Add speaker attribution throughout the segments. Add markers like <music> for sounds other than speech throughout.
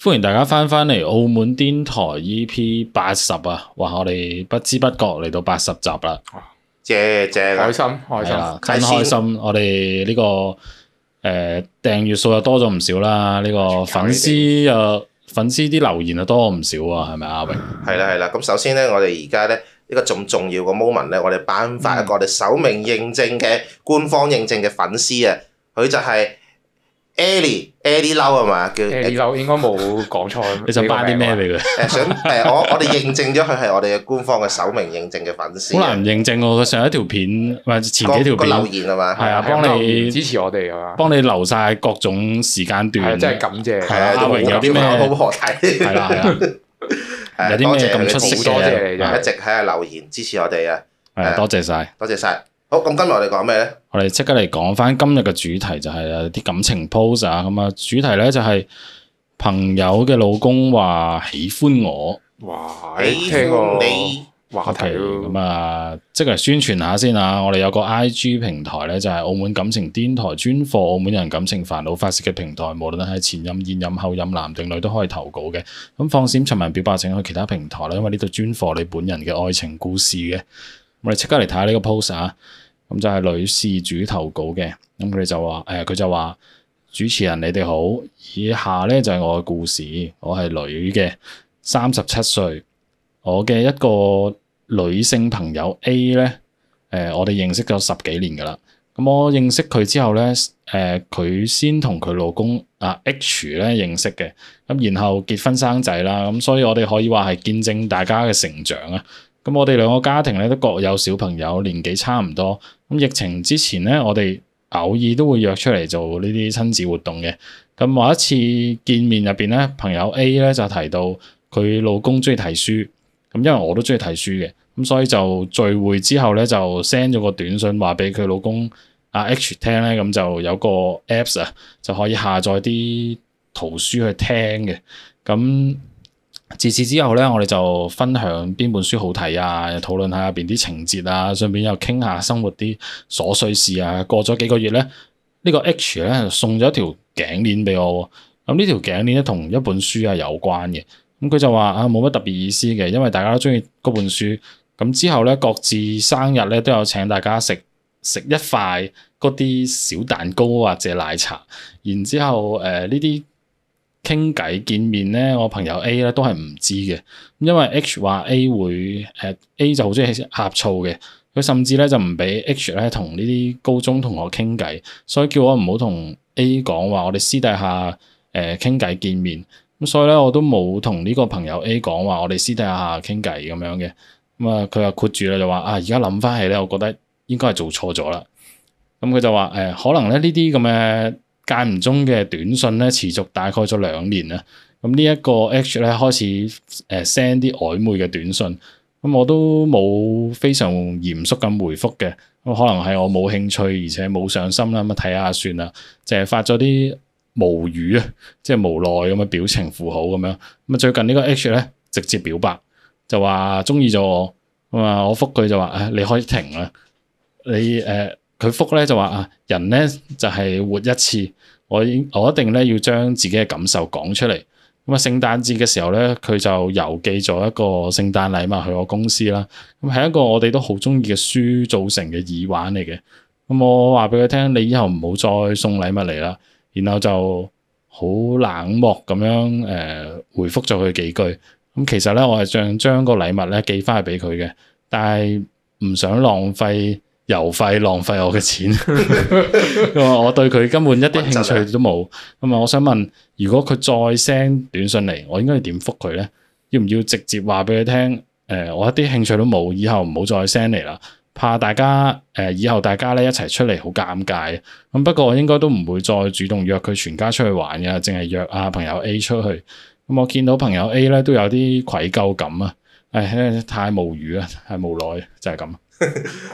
Speaker 1: 歡迎大家翻返嚟澳門癲台 EP 八十啊！哇，我哋不知不覺嚟到八十集啦，
Speaker 2: 謝謝
Speaker 3: 開
Speaker 2: 啦，
Speaker 3: 心
Speaker 1: 係
Speaker 3: 開心，
Speaker 1: 啦，真開心！我哋呢、個誒、呃、訂閱數又多咗唔少啦，呢、個粉絲又粉絲啲留言又多唔少啊，係咪啊阿榮？
Speaker 2: 係啦係啦。咁首先咧，我哋而家咧呢個咁重要嘅 moment 咧，我哋頒發一個我哋首名認證嘅官方認證嘅粉絲啊，佢就係 Ellie Ellie 嬲啊嘛，叫
Speaker 3: 誒，二樓應該冇講錯。
Speaker 1: <laughs> 你想頒啲咩
Speaker 3: 呢啊
Speaker 1: 俾佢？
Speaker 2: 誒想誒我我哋認證咗佢係我哋嘅官方嘅首名認證嘅粉絲
Speaker 1: 好
Speaker 2: 啊，
Speaker 1: 難認證喎！佢上一條片或者前
Speaker 2: 個
Speaker 1: 幾條
Speaker 2: 個留
Speaker 1: 片，
Speaker 2: 言啊嘛，
Speaker 3: 個名？
Speaker 1: 係啊
Speaker 3: 係啊
Speaker 1: 幫
Speaker 3: 幫
Speaker 1: 你
Speaker 3: 你支持我哋啊嘛，
Speaker 1: 幫你留晒各種時間
Speaker 3: 係啊
Speaker 1: 段，
Speaker 3: 真係感謝，
Speaker 1: 係啊阿
Speaker 2: 誒都
Speaker 1: 榮有
Speaker 2: 冇
Speaker 1: 啲
Speaker 2: 啲
Speaker 1: 咩
Speaker 2: 咩老婆睇，
Speaker 1: 係啦係啦，
Speaker 2: 誒
Speaker 1: <laughs> 有啲
Speaker 2: 多
Speaker 1: 咩
Speaker 2: 謝佢
Speaker 1: 咁
Speaker 2: 哋
Speaker 1: 出色嘅啊
Speaker 2: 支持
Speaker 3: 好多謝
Speaker 1: 嘢？
Speaker 3: 你真係
Speaker 2: 一直喺度留言支持我哋啊，
Speaker 1: 係啊多謝晒。
Speaker 2: 多謝晒。好，咁今日我哋講咩咧？
Speaker 1: 我哋即刻嚟講翻今日嘅主題就係誒啲感情 pose 啊，咁啊主題咧就係朋友嘅老公話喜歡我
Speaker 3: 哇，
Speaker 2: 喜歡
Speaker 3: 聽過
Speaker 2: 你。
Speaker 3: 話題
Speaker 1: 咁
Speaker 3: 咯，
Speaker 1: 啊，即係宣傳下先啊！我哋有個 I G 平台咧，就係澳門感情癲台專貨澳門人感情煩惱發泄嘅平台，無論係前任、現任、後任，男定女都可以投稿嘅。咁放閃尋人表白請去其他平台啦，因為呢度專貨你本人嘅愛情故事嘅。我哋即刻嚟睇下呢個 post 啊！咁就係女事主投稿嘅，咁佢哋就話呃誒，佢、就話主持人你哋好，以下咧就係我嘅故事，我係女嘅，三十七歲，我嘅一個女性朋友 A 咧，誒、我哋認識咗十幾年噶啦，咁我認識佢之後咧，誒、佢先同佢老公啊 H 咧認識嘅，咁然後結婚生仔啦，咁所以我哋可以話係見證大家嘅成長啊。咁我哋兩個家庭咧都各有小朋友，年紀差唔多。咁疫情之前咧，我哋偶爾都會約出嚟做呢啲親子活動嘅。咁某一次見面入邊咧，朋友 A 咧就提到佢老公中意睇書，咁因為我都中意睇書嘅，咁所以就聚會之後咧就 send 咗個短信話俾佢老公阿 H 聽咧，咁就有個 apps 啊，就可以下載啲圖書去聽嘅。咁自此之後咧，我哋就分享邊本書好睇啊，討論下入邊啲情節啊，順便又傾下生活啲瑣碎事啊。過咗幾個月咧，呢、個 H 咧送咗一條頸鏈俾我喎。咁呢條頸鏈咧同一本書係有關嘅。咁佢就話啊冇乜特別意思嘅，因為大家都中意嗰本書。咁之後咧，各自生日咧都有請大家食食一塊嗰啲小蛋糕或者奶茶。然之後誒呃呢啲傾偈見面咧，我朋友 A 咧都係唔知嘅，因為 H 話 A 會誒、呃 A 就好中意呷醋嘅，佢甚至咧就唔俾 H 咧同呢啲高中同學傾偈，所以叫我唔好同 A 講話，我哋私底下誒傾偈見面。咁所以咧，我都冇同呢個朋友 A 講話，我哋私底下傾偈咁樣嘅。咁啊，佢又括住啦，就話啊，而家諗翻起咧，我覺得應該係做錯咗啦。咁佢就話誒、呃可能咧呢啲咁嘅間唔中嘅短信咧，持續大概咗兩年啦。咁呢一個 H 咧開始誒 send 啲曖昧嘅短信，咁我都冇非常嚴肅咁回覆嘅。咁可能係我冇興趣，而且冇上心啦，咁啊睇下算啦，就係發咗啲無語啊，即係無奈咁嘅啊表情符號咁樣。咁啊最近呢個 H 咧直接表白，就話中意咗我。咁啊我覆佢就話誒、你可以停啦，你誒。佢覆咧就話啊，人咧就係、活一次，我已我一定咧要將自己嘅感受講出嚟。咁啊，聖誕節嘅時候咧，佢就郵寄咗一個聖誕禮物去我公司啦。咁係一個我哋都好中意嘅書造成嘅耳環嚟嘅。咁我話俾佢聽，你以後唔好再送禮物嚟啦。然後就好冷漠咁樣誒、呃回覆咗佢幾句。咁其實咧，我係想將個禮物咧寄翻去俾佢嘅，但係唔想浪費郵費，浪費我嘅錢。因為我對佢根本一啲興趣都冇。咁啊，我想問，如果佢再 send 短信嚟，我應該點覆佢咧？要唔要直接話俾佢聽？誒、我一啲興趣都冇，以後唔好再 send 嚟啦。怕大家誒、以後大家咧一齊出嚟好尷尬。咁不過我應該都唔會再主動約佢全家出去玩嘅，淨係約啊朋友 A 出去。咁我見到朋友 A 咧都有啲愧疚感啊！誒，太無語啊，太無奈，就係咁。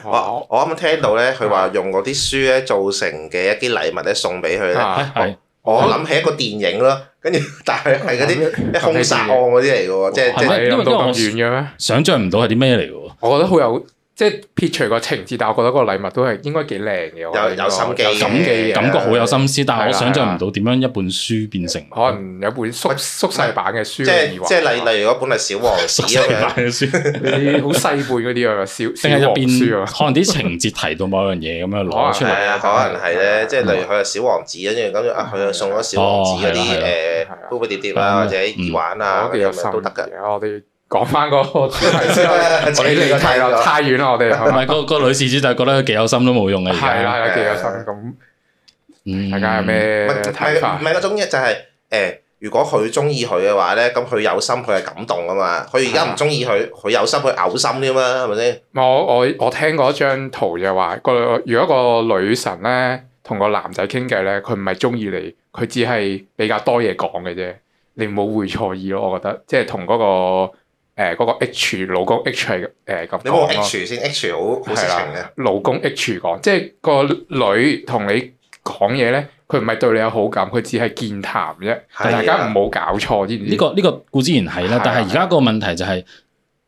Speaker 3: 哇
Speaker 2: 我我啱啱聽到咧，佢話用嗰啲書咧造成嘅一啲禮物咧送俾佢咧，
Speaker 3: 啊
Speaker 1: 係
Speaker 2: 我諗起一個電影咯，跟住 <laughs> 但係係嗰
Speaker 3: 哦
Speaker 2: 啲啲兇殺案嗰啲嚟嘅喎，即係
Speaker 1: 係
Speaker 2: 即
Speaker 1: 咩
Speaker 2: 係
Speaker 3: 你
Speaker 1: 因為
Speaker 3: 諗到
Speaker 1: 因為我
Speaker 3: 咁遠嘅咩？
Speaker 1: 想像唔到係啲咩嚟嘅喎？
Speaker 3: 我覺得好有即係撇除個情節，但我覺得個禮物都係應該幾靚嘅，我覺得應該
Speaker 2: 有心機嘅
Speaker 3: 有
Speaker 1: 感
Speaker 3: 心機嘅，
Speaker 1: 感覺好有心思，但
Speaker 3: 啊係
Speaker 1: 係
Speaker 3: 啦
Speaker 1: 我想像唔到點樣一本書變成
Speaker 3: 可能有本縮縮細版嘅書
Speaker 2: 即
Speaker 3: 嘅
Speaker 2: 係
Speaker 3: 耳環，
Speaker 2: 即係例例如嗰本係小
Speaker 1: <laughs>
Speaker 2: 王
Speaker 1: 縮
Speaker 2: 子咁
Speaker 1: 細版
Speaker 2: 樣，
Speaker 1: 嘅書，
Speaker 3: 啊
Speaker 1: 定
Speaker 3: 你好細本嗰啲啊，小小
Speaker 1: 係入
Speaker 3: 黃書啊
Speaker 1: 邊，可能啲情節提到某樣嘢咁樣攞出
Speaker 3: 可能
Speaker 1: 嚟。
Speaker 2: 係啊，可能係咧，
Speaker 3: 嗯
Speaker 2: 即係例如佢係小王子，跟住咁樣啊，佢又送咗小王子嗰啲
Speaker 1: 哦係啦
Speaker 2: 誒
Speaker 3: 係啦
Speaker 2: 杯
Speaker 3: 嗯
Speaker 2: 杯碟碟啦，或者耳環啊嗰
Speaker 3: 我哋
Speaker 2: 啲
Speaker 3: 有
Speaker 2: 咁
Speaker 3: 心
Speaker 2: 樣都得
Speaker 3: <laughs>
Speaker 2: 㗎。 <laughs>
Speaker 3: 嘅。我哋講翻個主題先啦，我
Speaker 2: 扯
Speaker 3: 哋呢個太啦，太遠啦，我哋
Speaker 1: 唔
Speaker 3: 係咪
Speaker 1: 係個個女事主就覺得佢幾有心都冇用嘅啊而
Speaker 3: 係啦
Speaker 1: 家。
Speaker 3: 係啦，幾有心咁。
Speaker 1: 嗯
Speaker 3: 大家有？咩
Speaker 2: 唔係
Speaker 3: 睇法
Speaker 2: 唔？係嗰種嘢就係誒，如果佢中意佢嘅話咧，咁佢有心佢係感動啊嘛。佢而家唔中意佢，佢有心佢嘔心添嘛，係咪先？
Speaker 3: 我我我聽過一張圖就話個如果個女神咧同個男仔傾偈咧，佢唔係中意你，佢只係比較多嘢講嘅啫。你唔好會錯意咯，我覺得即係同嗰個誒嗰、個 H 老公 H 係誒咁
Speaker 2: 你冇
Speaker 3: 講咯。
Speaker 2: H 先，H 好好色
Speaker 3: 哦係
Speaker 2: 情
Speaker 3: 啦
Speaker 2: 嘅。，
Speaker 3: 老公 H 講，即係個女同你講嘢咧，佢唔係對你有好感，佢只係健談啫。
Speaker 2: 啊
Speaker 3: 但大家唔好搞錯，知唔知？
Speaker 1: 呢個呢個固之然係
Speaker 3: 係
Speaker 1: 啦
Speaker 3: 啊，
Speaker 1: 但係而家個問題就係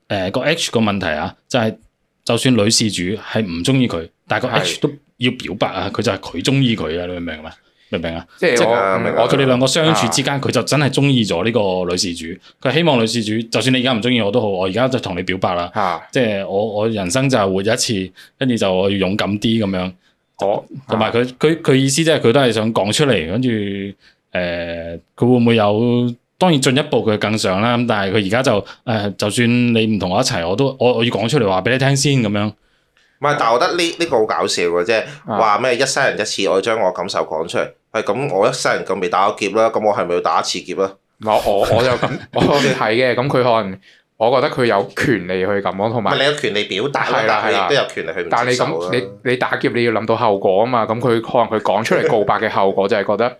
Speaker 1: 誒個 H 個問題啊，就係就算女事主係唔中意佢，但係個
Speaker 3: 係
Speaker 1: H 都要表白啊，佢就係佢中意佢啊，你明唔明啊？明唔明啊？
Speaker 3: 即
Speaker 1: 即
Speaker 3: 係
Speaker 1: 係
Speaker 3: 我
Speaker 2: 啊明白
Speaker 3: 我
Speaker 1: 佢哋兩個相處之間，佢就真係中意咗呢個女事主。佢希望女事主，就算你而家唔中意我都好，我而家就同你表白啦。
Speaker 3: 嚇
Speaker 1: 即係我我人生就係活一次，跟住就我要勇敢啲咁樣。
Speaker 3: 我
Speaker 1: 同埋佢佢佢意思即係佢都係想講出嚟，跟住誒佢會唔會有？當然進一步佢更上啦。咁但係佢而家就誒、呃就算你唔同我一齊，我都我我要講出嚟話俾你聽先咁樣。
Speaker 2: 唔係，但係我覺得呢呢個好搞笑嘅啫，
Speaker 3: 啊
Speaker 2: 話咩一生人一次，我要將我感受講出嚟。喂，咁我一生人咁未打過劫啦，咁我係咪要打一次劫啊啦？
Speaker 3: 唔係我我就咁我哋睇嘅，咁佢可能我覺得佢有權利去咁講，
Speaker 2: 唔
Speaker 3: 同
Speaker 2: 係
Speaker 3: 埋
Speaker 2: 你有權利表達啦
Speaker 3: 係，啦
Speaker 2: 但係
Speaker 3: 係
Speaker 2: 你
Speaker 3: 啦
Speaker 2: 都有權利去唔
Speaker 3: 但係
Speaker 2: 接
Speaker 3: 你
Speaker 2: 受啊
Speaker 3: 咁
Speaker 2: 啦
Speaker 3: 你你打劫你要諗到後果啊嘛，咁佢可能佢講出嚟告白嘅後果就係覺得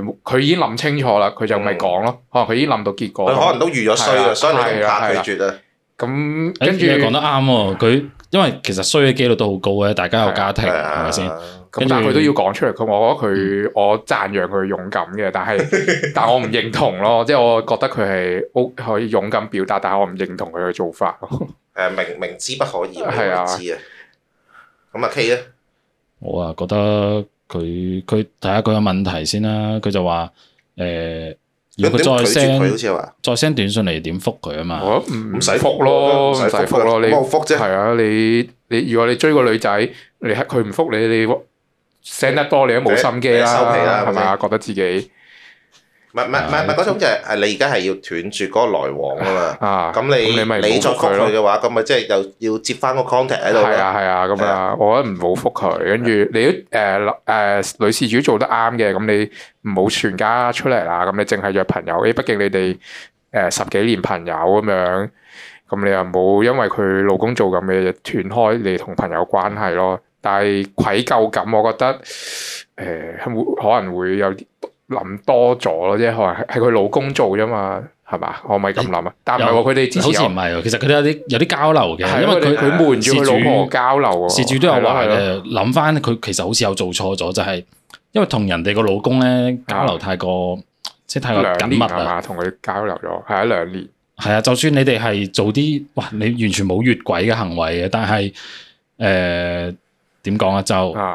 Speaker 3: 誒佢、已經諗清楚啦，佢就咪講咯，
Speaker 2: 嗯
Speaker 3: 可能佢已經諗到結果
Speaker 2: 佢可能都預咗衰
Speaker 3: 係
Speaker 2: 啊，
Speaker 3: 啦
Speaker 2: 所以你唔
Speaker 3: 係啦係
Speaker 2: 怕
Speaker 3: 啦
Speaker 2: 拒絕啊。
Speaker 3: 咁，
Speaker 1: 誒、
Speaker 3: 跟住
Speaker 1: 你講得啱喎，佢因為其實衰嘅機率都好高嘅，大家有家庭
Speaker 2: 係
Speaker 1: 係
Speaker 2: 啊
Speaker 1: 咪先？
Speaker 3: 咁但係佢都要講出嚟，佢我覺得佢我讚揚佢勇敢嘅，但係但我唔認同咯，即係我覺得佢係 O 可以勇敢表達，但係我唔認同佢嘅做法咯。
Speaker 2: 誒明明知不可以，我
Speaker 3: 係啊
Speaker 2: 知啊。咁啊 K 啊，
Speaker 1: 我啊覺得佢佢睇下佢嘅問題先啦。佢就話誒、如果佢
Speaker 2: 佢
Speaker 1: 再
Speaker 2: 點拒絕佢好
Speaker 1: send
Speaker 2: 似話
Speaker 1: 再 send 短信嚟點覆佢啊嘛。
Speaker 3: 我覺得唔
Speaker 2: 唔使
Speaker 3: 覆
Speaker 2: 唔
Speaker 3: 咯，唔
Speaker 2: 使
Speaker 3: 使覆咯，你
Speaker 2: 冇覆啫。
Speaker 3: 係啊，你你如果你追個女仔，你係佢唔覆你，你 send 得多你都冇心機
Speaker 2: 你收皮啦
Speaker 3: 啦，係咪啊？覺得自己
Speaker 2: 唔係唔係唔係唔係嗰種就係係你而家係要斷絕嗰個來往啊嘛。
Speaker 3: 啊，
Speaker 2: 咁你
Speaker 3: 你咪唔好
Speaker 2: 你再
Speaker 3: 覆
Speaker 2: 覆
Speaker 3: 佢
Speaker 2: 佢
Speaker 3: 咯。
Speaker 2: 嘅話，咁咪即係又要接翻個 contact 喺度
Speaker 3: 係
Speaker 2: 啦。
Speaker 3: 啊係啊，咁
Speaker 2: 係啊
Speaker 3: 啊，我覺得唔好覆佢，跟住你都誒誒女事主做得啱嘅，咁你唔好全家出嚟啦，咁你淨係約朋友，誒，畢竟你哋誒十幾年朋友咁樣，咁你又冇因為佢老公做咁嘅嘢斷開你同朋友關係咯。但係愧疚感，我覺得誒係會可能會有啲諗多咗咯，即係可能係係佢老公做啫嘛，係嘛？我咪咁諗啊，但唔係喎，佢哋之
Speaker 1: 好似
Speaker 3: 前
Speaker 1: 唔
Speaker 3: 有
Speaker 1: 係喎，其實佢都有啲有啲交流嘅，
Speaker 3: 係
Speaker 1: 因
Speaker 3: 因
Speaker 1: 為
Speaker 3: 為佢
Speaker 1: 啊佢
Speaker 3: 佢瞞住佢老婆交流喎，
Speaker 1: 事主都有
Speaker 3: 哦係咯
Speaker 1: 話
Speaker 3: 係咯
Speaker 1: 誒，諗翻佢其實好似有做錯咗，就係、因為同人哋個老公咧交流太過，即係太過緊
Speaker 3: 啊兩
Speaker 1: 密啊
Speaker 3: 年係
Speaker 1: 啦。
Speaker 3: 嘛？同佢交流咗，係啊兩年，
Speaker 1: 係啊，就算你哋係做啲哇，你完全冇越軌嘅行為嘅，但係誒點講啊？就
Speaker 3: 啊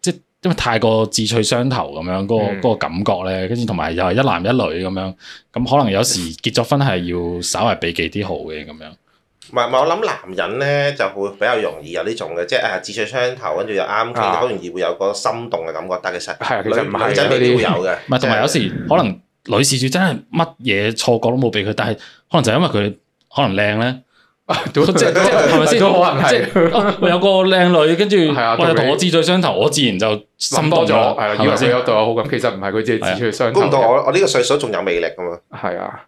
Speaker 1: 即係因為太過志趣相投咁樣，嗰、個
Speaker 3: 嗯
Speaker 1: 嗰個感覺咧，跟住同埋又係一男一女咁樣，咁可能有時結咗婚係要稍為避忌啲好嘅咁樣。
Speaker 2: 唔係唔係，我諗男人咧就會比較容易有呢種嘅，即係誒志趣相投，跟住又啱傾，
Speaker 3: 啊
Speaker 2: 好容易會有個心動嘅感覺。但其實
Speaker 3: 係啊，其實唔
Speaker 2: 女女
Speaker 3: 係
Speaker 2: 仔
Speaker 3: 嘅
Speaker 2: 未
Speaker 3: 嗰
Speaker 2: 必會
Speaker 3: 啲
Speaker 2: 有嘅。
Speaker 1: 唔係，同埋有
Speaker 2: 即係
Speaker 1: 時可能女事主真係乜嘢錯覺都冇俾佢，但係可能就係因為佢可能靚
Speaker 3: <laughs>
Speaker 1: 咧，
Speaker 3: 都
Speaker 1: 即即
Speaker 3: <laughs>
Speaker 1: 係咪先？
Speaker 3: 都可能係
Speaker 1: 即係哦我有個靚女，跟住
Speaker 3: 係啊
Speaker 1: 我又
Speaker 3: 同
Speaker 1: 同
Speaker 3: 你
Speaker 1: 我志趣相投，我自然就心動
Speaker 3: 諗多
Speaker 1: 咗
Speaker 3: 咗，係
Speaker 1: 啦，係
Speaker 3: 啊，以為
Speaker 1: 咪
Speaker 3: 佢
Speaker 1: 先？啊
Speaker 3: 有對我好感，其實唔係佢自己志趣相投
Speaker 2: 估唔到
Speaker 3: 嘅，
Speaker 2: 我我呢個歲數仲有魅力㗎嘛。
Speaker 3: 係啊，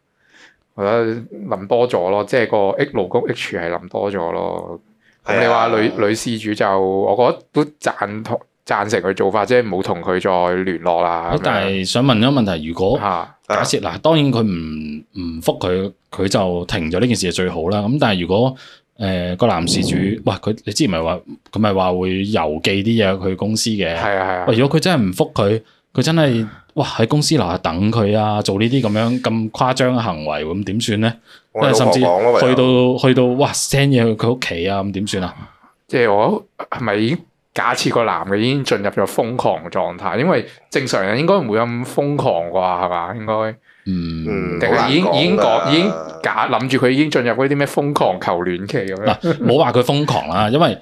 Speaker 3: 我覺得諗多咗咯，即係個 H 勞工 H 係諗多咗咯。
Speaker 2: 啊
Speaker 3: 咁你話女女事主就，我覺得都贊同贊成佢做法，即係冇同佢再聯絡啦。咁樣
Speaker 1: 但係想問一個問題，如果
Speaker 3: 嚇
Speaker 1: 假設嗱，當然佢唔唔覆佢，佢就停咗呢件事係最好啦。咁但係如果誒個男事主，
Speaker 3: 嗯
Speaker 1: 哇！佢你之前咪話佢咪話會郵寄啲嘢去公司嘅，
Speaker 3: 係啊係啊
Speaker 1: 喂，如果佢真係唔覆佢，佢真係哇喺公司樓下等佢啊，做呢啲咁樣咁誇張嘅行為，咁點算咧？
Speaker 2: 我哋老
Speaker 1: 甚
Speaker 2: 婆
Speaker 1: 至
Speaker 2: 講咯，
Speaker 1: 去
Speaker 2: 唯有
Speaker 1: 到去到哇 send 嘢去佢屋企啊，咁點算啊？
Speaker 3: 即係我係咪已經假設個男嘅已經進入咗瘋狂狀態？因為正常人應該唔會咁瘋狂啩，係嘛？應該
Speaker 1: 嗯
Speaker 2: 嗯，
Speaker 3: 定係已經
Speaker 2: 好難講㗎
Speaker 3: 已經講已經假諗住佢已經進入嗰啲咩瘋狂求戀期咁樣
Speaker 1: 嗱，冇話佢瘋狂啦，因為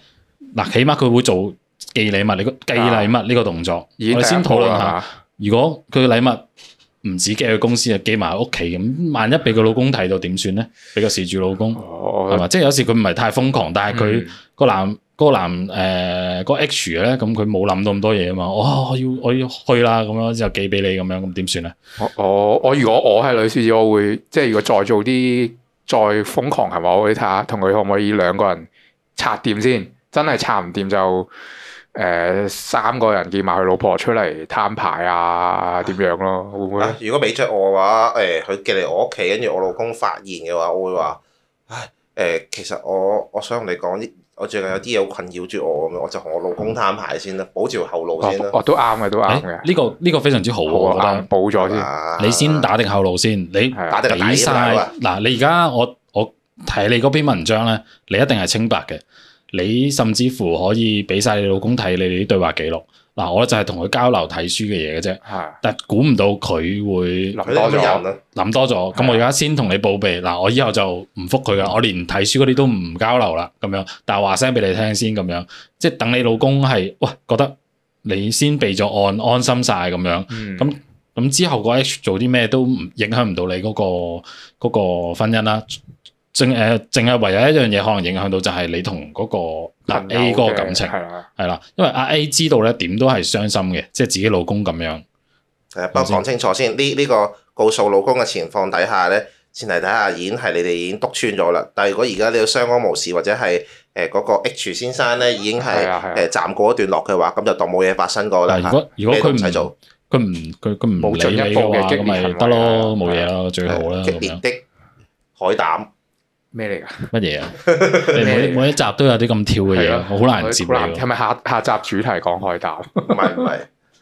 Speaker 1: 嗱，起碼佢會做寄禮物，你個
Speaker 2: 啊
Speaker 1: 寄禮物呢個動作，
Speaker 3: 已經
Speaker 1: 我哋
Speaker 3: 第一
Speaker 1: 先討
Speaker 3: 步
Speaker 1: 論
Speaker 3: 啦係
Speaker 1: 下。
Speaker 3: 嘛
Speaker 1: 如果佢嘅禮物唔止寄去公司啊，寄埋喺屋企咁，萬一俾個老公睇到點算咧？俾個事主老公係
Speaker 3: 哦，嗯
Speaker 1: 嘛？即係有時佢唔係太瘋狂，但係佢個男個男誒個 H 咧，咁佢冇諗到咁多嘢啊嘛。哦，我要我要去啦，咁樣就寄俾你咁樣，咁點算咧？啊
Speaker 3: 我我我如果我係女獅子，我會即係如果再做啲再瘋狂行為，我會睇下同佢可唔可以兩個人拆掂先。真係拆唔掂就誒、呃三個人叫埋佢老婆出嚟攤牌啊，點樣咯？會唔會
Speaker 2: 啊
Speaker 3: 咧？
Speaker 2: 如果俾着我嘅話，誒佢寄嚟我屋企，跟住我老公發現嘅話，我會話：唉誒，其實我我想同你講，我最近有啲嘢好困擾住我咁樣，我就同我老公攤牌先啦，保住後路
Speaker 3: 哦
Speaker 2: 先啦。
Speaker 3: 哦，都啱嘅，都啱
Speaker 1: 誒
Speaker 3: 嘅。
Speaker 1: 呢個呢個非常之好喎，我
Speaker 3: 好
Speaker 1: 覺
Speaker 3: 啊，
Speaker 1: 得
Speaker 3: 啱。補咗
Speaker 2: 係
Speaker 3: 先。
Speaker 2: 嘛
Speaker 1: 你先打定後路先，你
Speaker 3: 係啊
Speaker 2: 啊打定啊個底
Speaker 1: 俾晒
Speaker 2: 啦喂
Speaker 1: 嗱，你而家我我睇你嗰篇文章咧，你一定係清白嘅，你甚至乎可以俾晒你老公睇你哋啲對話記錄。嗱，我就係同佢交流睇書嘅嘢嘅啫，
Speaker 3: 係
Speaker 1: 但估唔到佢會
Speaker 3: 諗
Speaker 2: 佢哋
Speaker 3: 多
Speaker 2: 咁嘅
Speaker 3: 咗
Speaker 2: 人。啊，嗯
Speaker 1: 諗多咗。咁我而家先同你報備，嗱，我以後就唔覆佢噶，我連睇書嗰啲都唔交流啦，咁樣。但係話聲俾你聽先，咁樣，即係等你老公係，哇，覺得你先備咗案，安心晒咁樣。
Speaker 3: 嗯，
Speaker 1: 咁咁之後個 H 做啲咩都唔影響唔到你嗰、個嗰、個婚姻啦。淨誒淨係唯有一樣嘢可能影響到就係你同嗰、個阿
Speaker 3: 朋友
Speaker 1: A 嗰個
Speaker 3: 嘅
Speaker 1: 感情
Speaker 3: 係啊啦，
Speaker 1: 係啦，因為阿 A 知道咧點都係傷心嘅，即係自己老公咁樣。
Speaker 2: 係啊不過講清楚先，呢呢個告訴老公嘅情況底下咧，前提底下已經係你哋已經篤穿咗啦。但係如果而家你要相安無事，或者係誒嗰個 H 先生咧已經
Speaker 3: 係
Speaker 2: 係
Speaker 3: 啊係啊
Speaker 2: 誒暫過一段落嘅話，咁就當冇嘢發生過啦。
Speaker 1: 嗱，如果如果佢
Speaker 2: 咩都唔使
Speaker 1: 唔
Speaker 2: 做
Speaker 1: 佢唔佢佢唔
Speaker 3: 冇進
Speaker 1: 理
Speaker 3: 一
Speaker 1: 你
Speaker 3: 步
Speaker 1: 嘅
Speaker 3: 嘅
Speaker 1: 話，
Speaker 3: 激烈
Speaker 1: 咁咪
Speaker 3: 行為啊
Speaker 1: 得咯，
Speaker 3: 係
Speaker 1: 冇嘢啦，最好啦
Speaker 2: 激
Speaker 1: 咁
Speaker 2: 烈
Speaker 1: 樣。
Speaker 2: 的海膽，
Speaker 1: <laughs>
Speaker 3: 咩嚟㗎？
Speaker 1: 乜嘢啊？
Speaker 3: <laughs>
Speaker 1: 你每每一集都有啲咁跳嘅
Speaker 3: 係
Speaker 1: 嘢，
Speaker 3: 啊
Speaker 1: 我好難接
Speaker 3: 好難
Speaker 1: 你
Speaker 3: 係咪下下集主題講海膽
Speaker 2: 唔係唔係，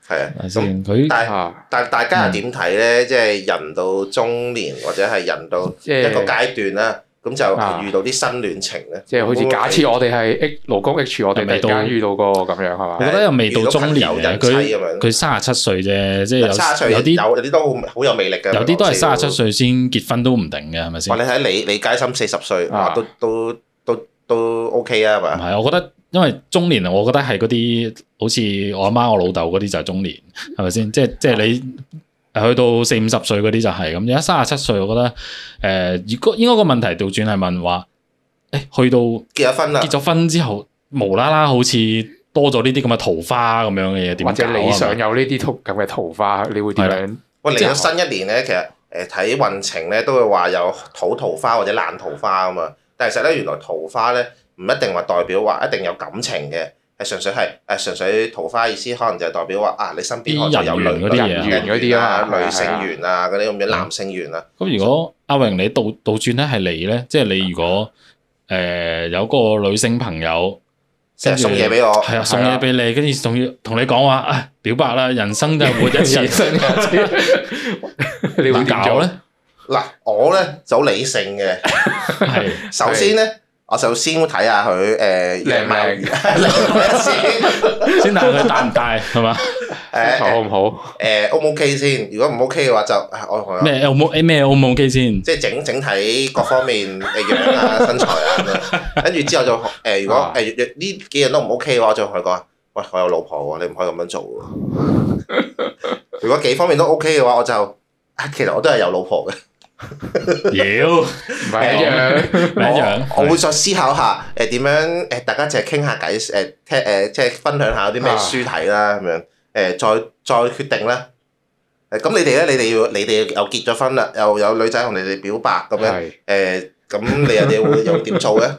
Speaker 2: 係啊。
Speaker 1: 喎。
Speaker 2: 咁
Speaker 1: 先佢
Speaker 2: 但係
Speaker 3: 啊？
Speaker 2: 但係大家又點睇咧？即係人到中年或者係人到
Speaker 3: 即係
Speaker 2: 一個階段啦，咁
Speaker 3: 啊
Speaker 2: 就遇到啲新戀情咧，
Speaker 3: 即係好似假設我哋係 H 勞工 H，我哋突
Speaker 1: 係
Speaker 3: 然
Speaker 1: 咪到
Speaker 3: 間遇到個咁樣係
Speaker 1: 我
Speaker 3: 嘛？
Speaker 1: 覺得又未
Speaker 2: 遇
Speaker 1: 到
Speaker 2: 到
Speaker 1: 中
Speaker 2: 朋
Speaker 1: 年
Speaker 2: 友
Speaker 1: 嘅，
Speaker 2: 人妻
Speaker 1: 佢
Speaker 2: 咁樣。
Speaker 1: 佢三十七歲啫，即係
Speaker 2: 三十
Speaker 1: 有
Speaker 2: 歲
Speaker 1: 有啲
Speaker 2: 有有啲都好好有魅力嘅，
Speaker 1: 有啲都係三十七歲
Speaker 2: 歲。
Speaker 1: 先結婚都唔定嘅，係咪先
Speaker 2: 哇！？你睇李李佳芯四十歲，
Speaker 3: 啊
Speaker 2: 哇，都都都都 OK 啊，係
Speaker 1: 唔
Speaker 2: 嘛？
Speaker 1: 係，我覺得因為中年，啊我覺得係嗰啲好似我阿媽、我老豆嗰啲就係中年，係咪先？即係即係你去到四五十歲嗰啲就係咁。而家三十七歲，我覺得誒、呃如果應該個問題調轉係問話，誒、去到
Speaker 2: 結咗婚啦
Speaker 1: 結，咗婚之後，無啦啦好似多咗呢啲咁嘅桃花咁樣嘅嘢，點
Speaker 3: 或者
Speaker 1: 搞啊
Speaker 3: 你想有呢啲桃咁嘅桃花，你會點樣？
Speaker 2: 喂，嚟
Speaker 1: 即係
Speaker 2: 到新一年咧，其實誒睇運程咧都會話有土桃花或者爛桃花啊嘛。但係其實咧，原來桃花咧唔一定話代表話一定有感情嘅，係純粹係誒純粹桃花意思，可能就係代表話啊，你身邊可能就有
Speaker 1: 啲人
Speaker 2: 女
Speaker 1: 緣嗰啲嘢
Speaker 2: 女
Speaker 3: 人緣嗰啲啊係啊
Speaker 2: 女性緣啊嗰啲咁樣，男性緣啊，
Speaker 1: 咁如果阿榮你倒倒轉咧係你咧，即係你如果誒、呃有個女性朋友，
Speaker 2: 即係送
Speaker 1: 跟住
Speaker 2: 嘢俾我，
Speaker 1: 係啊，送嘢俾你，跟住仲要同你講話啊，表白啦，人生就係活一
Speaker 3: 人
Speaker 1: 次，
Speaker 3: 生 <laughs> 你會
Speaker 1: 點
Speaker 3: 點
Speaker 1: 搞
Speaker 3: 做
Speaker 1: 咧？？
Speaker 2: 嗱，我咧就好理性嘅。
Speaker 1: 係
Speaker 2: 首先咧，我首先睇下佢誒
Speaker 3: 靚唔
Speaker 2: <laughs>
Speaker 3: 靚
Speaker 2: 靚唔靚先，
Speaker 3: <laughs>
Speaker 1: 先睇下佢大唔大，係嘛？
Speaker 2: 誒
Speaker 3: 好唔好？
Speaker 2: 誒 O 唔 OK 先？如果唔 OK 嘅話就啊我同佢
Speaker 1: 咩 O 冇咩 O 冇機先？
Speaker 2: 即係整整體各方面誒
Speaker 1: <laughs>
Speaker 2: 樣啊、身材啊咁樣，跟住之後就誒如果
Speaker 3: 啊
Speaker 2: 誒若呢幾樣都唔 OK 嘅話，我就同佢講：喂，我有老婆喎，你唔可以咁樣做喎。
Speaker 1: <laughs>
Speaker 2: 如果幾方面都 OK 嘅話，我就啊其實我都係有老婆嘅。
Speaker 1: 妖，
Speaker 3: 唔係一樣，
Speaker 1: 咪一樣
Speaker 2: 我我會再思考下誒點樣誒，大家淨係傾下偈誒，聽誒即係分享下有啲咩書睇啦咁樣誒，再再決定啦。誒咁你哋咧，你哋要你哋又結咗婚啦，又有女仔同你哋表白咁樣
Speaker 3: 係
Speaker 2: 誒，咁你又哋會又會點
Speaker 1: <laughs>
Speaker 2: 做咧？
Speaker 1: 誒，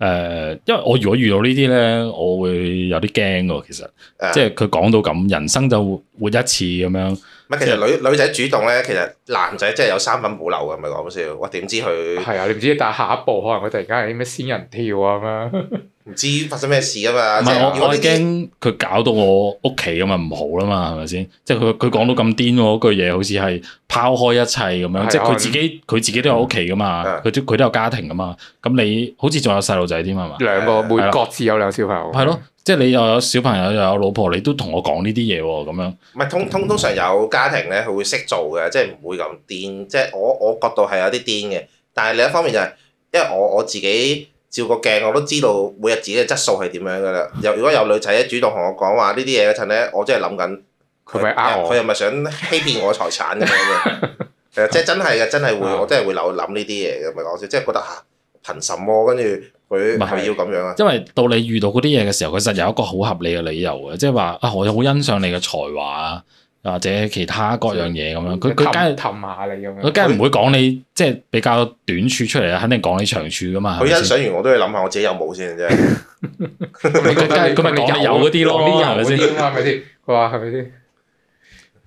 Speaker 1: 呃因為我如果遇到呢啲咧，我會有啲驚喎。其實，
Speaker 2: 誒
Speaker 1: 即係佢講到咁，人生就活活一次咁樣，
Speaker 2: 唔係其實女女仔主動咧，其實男仔真係有三分保留嘅，唔係講笑。我點知
Speaker 1: <laughs>
Speaker 2: 佢
Speaker 3: 係啊！你唔知，但係下一步可能佢突然間有啲咩仙人跳啊咁樣，
Speaker 2: 唔知發生咩事啊嘛。
Speaker 1: 唔
Speaker 2: 即
Speaker 1: 係
Speaker 2: 係
Speaker 1: 我
Speaker 2: 我
Speaker 1: 我
Speaker 2: 呢
Speaker 1: 係
Speaker 2: 啲
Speaker 1: 驚佢搞到我屋企咁啊唔好啦嘛，係咪先？即係佢佢講到咁癲喎嗰句嘢，好似係拋開一切咁
Speaker 3: 係
Speaker 1: 樣。即係
Speaker 3: 可能
Speaker 1: 佢自己佢自己都有屋企噶嘛，
Speaker 2: 嗯
Speaker 1: 佢都佢都有家庭噶嘛。咁你好似仲有細路仔添係嘛？
Speaker 2: 嗯
Speaker 3: 兩個
Speaker 1: 係
Speaker 3: 每
Speaker 1: 啦
Speaker 3: 各自有兩小朋友，
Speaker 1: 係咯，即係你又有小朋友又有老婆，你都同我講呢啲嘢喎咁樣。
Speaker 2: 唔係通通通常有家庭咧，佢會識做嘅，即係唔會咁癲。即係我我角度係有啲癲嘅，但係另一方面就係、因為我我自己照個鏡，我都知道每日自己嘅質素係點樣噶啦。又如果有女仔主動同我講話呢啲嘢嗰陣咧，我真係諗緊
Speaker 3: 佢咪呃我
Speaker 2: 佢係咪想欺騙我財產咁樣嘅？
Speaker 3: <laughs>
Speaker 2: 誒，即係真係嘅，真係會，
Speaker 3: 啊
Speaker 2: 我真係會諗諗呢啲嘢嘅，唔係講笑，即係覺得嚇憑什麼？跟住佢
Speaker 1: 唔係
Speaker 2: 佢要咁樣啊？
Speaker 1: 因為到你遇到嗰啲嘢嘅時候，佢實有一個好合理嘅理由嘅，即係話啊，我好欣賞你嘅才華啊，或者其他各樣嘢咁
Speaker 3: 嗯
Speaker 1: 樣。嗯佢佢梗係
Speaker 3: 氹氹下你咁
Speaker 1: 佢梗
Speaker 3: 樣。
Speaker 1: 係唔會講你即係比較短處出嚟啊啦，肯定講你長處噶
Speaker 3: 啊
Speaker 1: 嘛。係
Speaker 2: 佢
Speaker 1: 咪
Speaker 2: 欣
Speaker 1: 先
Speaker 2: 賞完我都要諗下我自己有冇先啫。
Speaker 3: <laughs> 咁你覺得你
Speaker 1: 佢咪講你有嗰啲咯
Speaker 3: 講你有嗰
Speaker 1: 係
Speaker 3: 啲啊嘛係咪先？佢話係咪先？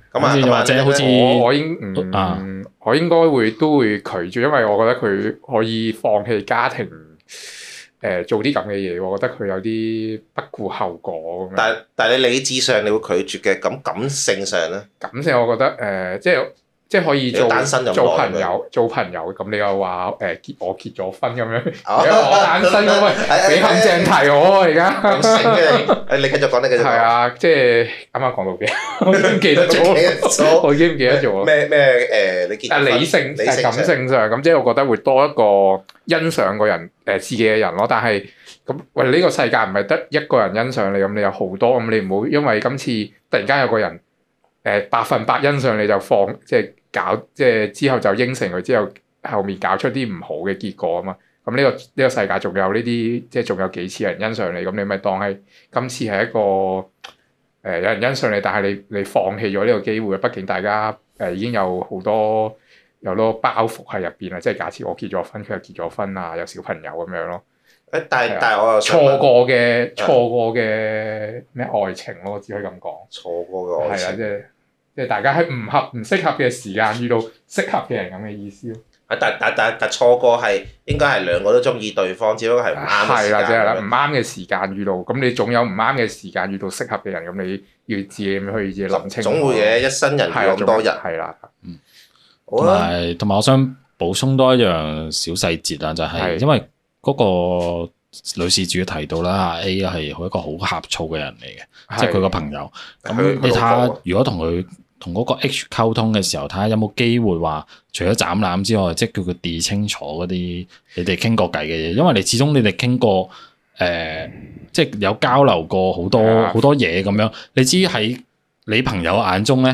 Speaker 2: 咁啊，
Speaker 1: 跟住
Speaker 2: 咁
Speaker 1: 又
Speaker 2: 啊
Speaker 1: 或者
Speaker 2: 咁啊
Speaker 1: 好似
Speaker 3: 我我應
Speaker 1: 嗯啊
Speaker 3: 嗯，我應該會都會拒絕，因為我覺得佢可以放棄家庭，誒做啲咁嘅嘢，我覺得佢有啲不顧後果咁樣。
Speaker 2: 但但係你理智上你會拒絕嘅，咁感性上
Speaker 3: <laughs>
Speaker 2: 咧，
Speaker 3: 感性我覺得誒，即係即係可以
Speaker 2: 你
Speaker 3: 做
Speaker 2: 單身就唔
Speaker 3: 做
Speaker 2: 耐
Speaker 3: 朋友，做朋友咁你又話誒結我結咗婚咁樣，
Speaker 2: <laughs> 哦
Speaker 3: 而家哎我單身
Speaker 2: <laughs>
Speaker 3: 咁喂，
Speaker 2: 哎
Speaker 3: 你肯正題我啊而家。
Speaker 2: 咁醒嘅哎你，誒你繼續講，你繼續
Speaker 3: 係
Speaker 2: 講。
Speaker 3: 啊，即係啱啱講到 <laughs> 嘅，我已經記得咗，我已經唔記得咗。 <laughs>
Speaker 2: 咩咩誒？你結
Speaker 3: 但
Speaker 2: 婚
Speaker 3: 啊理性、
Speaker 2: 理性
Speaker 3: 感
Speaker 2: 上
Speaker 3: 性上咁，即係我覺得會多一個欣賞個人誒、自己嘅人咯。但係咁，喂呢、個世界唔係得一個人欣賞你，咁你有好多，咁你唔好因為今次突然間有個人誒、百分百欣賞你就放，即係搞，即係之後就應承佢，之後後面搞出啲唔好嘅結果啊嘛。咁呢、個呢、個世界仲有呢啲，即係仲有幾次有人欣賞你，咁你咪當係今次係一個誒、有人欣賞你，但係你你放棄咗呢個機會，畢竟大家誒、已經有好多。有好多包袱喺入邊啦，啊即係假設我結咗婚，佢又結咗婚啊，有小朋友咁樣咯，
Speaker 2: 誒，但
Speaker 3: 係
Speaker 2: 係
Speaker 3: 啊
Speaker 2: 但係我又想
Speaker 3: 錯
Speaker 2: 問
Speaker 3: 過嘅錯過嘅咩愛情咯，只可以咁講，
Speaker 2: 錯過嘅
Speaker 3: 係啊
Speaker 2: 愛
Speaker 3: 啦，
Speaker 2: 情。
Speaker 3: 即係即係大家喺唔合唔適合嘅時間遇到適合嘅人咁嘅意思咯，
Speaker 2: 啊但但但但錯過係應該係兩個都中意對方，只不過係唔啱嘅時
Speaker 3: 係啦，啊即係啦，唔
Speaker 2: 間。
Speaker 3: 啱嘅時間遇到，咁你總有唔啱嘅時間遇到適合嘅人，咁你要自己去自己諗清楚，
Speaker 2: 總會嘅，一生人遇
Speaker 3: 係啊啦，
Speaker 2: 咁多人，
Speaker 3: 係啦，
Speaker 2: 好
Speaker 1: 同
Speaker 2: 啊，
Speaker 1: 埋同埋，我想補充多一樣小細節啊，就係、
Speaker 3: 係
Speaker 1: 因為嗰個女事主提到啦阿，A 係一個好呷醋嘅人嚟嘅，即係佢個朋友。咁
Speaker 2: 佢
Speaker 1: 你睇
Speaker 2: 老
Speaker 1: 下
Speaker 3: 啊
Speaker 2: 婆，
Speaker 1: 如果同佢同嗰個 H 溝通嘅時候，睇下有冇機會話，除咗斬攬之外，即係叫佢 d 清楚嗰啲你哋傾過偈嘅嘢，因為你始終你哋傾過誒、呃即係有交流過好
Speaker 3: 係
Speaker 1: 多
Speaker 3: 啊
Speaker 1: 好多嘢咁樣。你知喺你朋友眼中咧，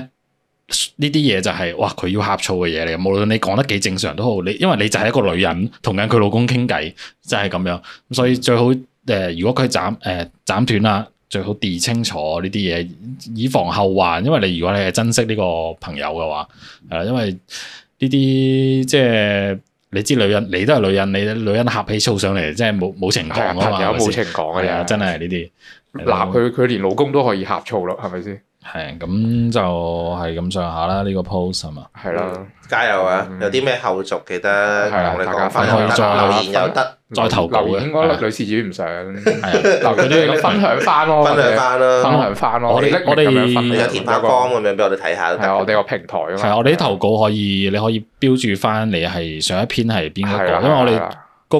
Speaker 1: 呢啲嘢就係、哇佢要呷醋嘅嘢嚟，無論你講得幾正常都好，你因為你就係一個女人同緊佢老公傾偈，就係、咁樣。咁所以最好誒、呃如果佢斬誒、呃、斬斷啦。最好 d 清楚呢啲嘢，以防後患。因為你如果你係珍惜呢個朋友嘅話，係啦，因為呢啲即係你知女人，你都係女人，你女人呷起醋上嚟，真係冇冇情
Speaker 3: 係啊
Speaker 1: 講啊
Speaker 3: 朋
Speaker 1: 嘛，
Speaker 3: 友
Speaker 1: 係咪
Speaker 3: 冇
Speaker 1: 先？
Speaker 3: 情講
Speaker 1: 係
Speaker 3: 嘅
Speaker 1: 啊，
Speaker 3: 呀，
Speaker 1: 真係呢啲
Speaker 3: 嗱佢佢連老公都可以呷醋咯，係咪先？
Speaker 1: 係咁就係咁上下啦。呢個 post 係嘛？
Speaker 3: 係啦，
Speaker 2: 加油啊！
Speaker 3: 嗯
Speaker 2: 有啲咩後續記得
Speaker 3: 係啊
Speaker 2: 同我哋
Speaker 3: 大家
Speaker 2: 講翻
Speaker 1: 分開
Speaker 2: 又得，
Speaker 1: 再
Speaker 2: 留言又得，
Speaker 1: 再投稿嘅
Speaker 3: 留言應
Speaker 1: 係
Speaker 3: 該
Speaker 1: 啊
Speaker 3: 女事
Speaker 1: <laughs>
Speaker 3: 主唔想。
Speaker 1: 係啊
Speaker 3: 留佢都要分享翻咯，
Speaker 2: 分享翻
Speaker 3: 分
Speaker 2: 啦。
Speaker 3: 享翻咯。
Speaker 1: 我哋
Speaker 3: 匿名
Speaker 1: 我哋
Speaker 3: 咁樣分享
Speaker 2: 你有填下 form 咁樣俾我哋睇下都
Speaker 3: 係啊我哋
Speaker 2: 得。
Speaker 3: 個平台啊
Speaker 1: 係
Speaker 3: 嘛。
Speaker 1: 啊我哋啲投稿可以，你可以標注翻你係上一篇係邊一
Speaker 3: 係啦啊
Speaker 1: 個，因為我
Speaker 3: 係
Speaker 1: 哋
Speaker 3: 啦
Speaker 1: 嗰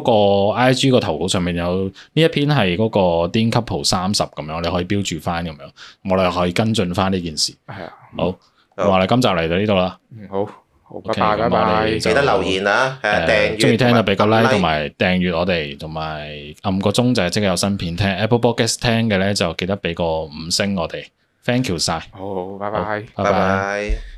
Speaker 1: 個 I G 個投稿上面有呢一篇係嗰個 Dean Couple 三十咁樣，你可以標注翻咁樣，我哋可以跟進翻呢件事。
Speaker 3: 係啊，
Speaker 1: 好，
Speaker 2: 好
Speaker 1: 咁我哋今集嚟到呢度啦。
Speaker 3: 嗯好好，拜
Speaker 1: OK，
Speaker 3: 拜
Speaker 1: 咁
Speaker 3: 拜
Speaker 1: 我哋
Speaker 3: 拜。
Speaker 1: 就
Speaker 2: 記得留言啊，係啊，
Speaker 1: 誒
Speaker 2: 訂閱
Speaker 1: 中意聽就俾個 like
Speaker 2: 同
Speaker 1: 同埋訂閱我哋，同埋撳個鐘就係即刻有新片聽。Apple Podcast 聽嘅咧就記得俾個五星我哋，thank you 晒，
Speaker 3: 好，拜
Speaker 1: 好
Speaker 3: 拜。
Speaker 1: 拜
Speaker 2: 拜
Speaker 1: 拜。
Speaker 2: 拜。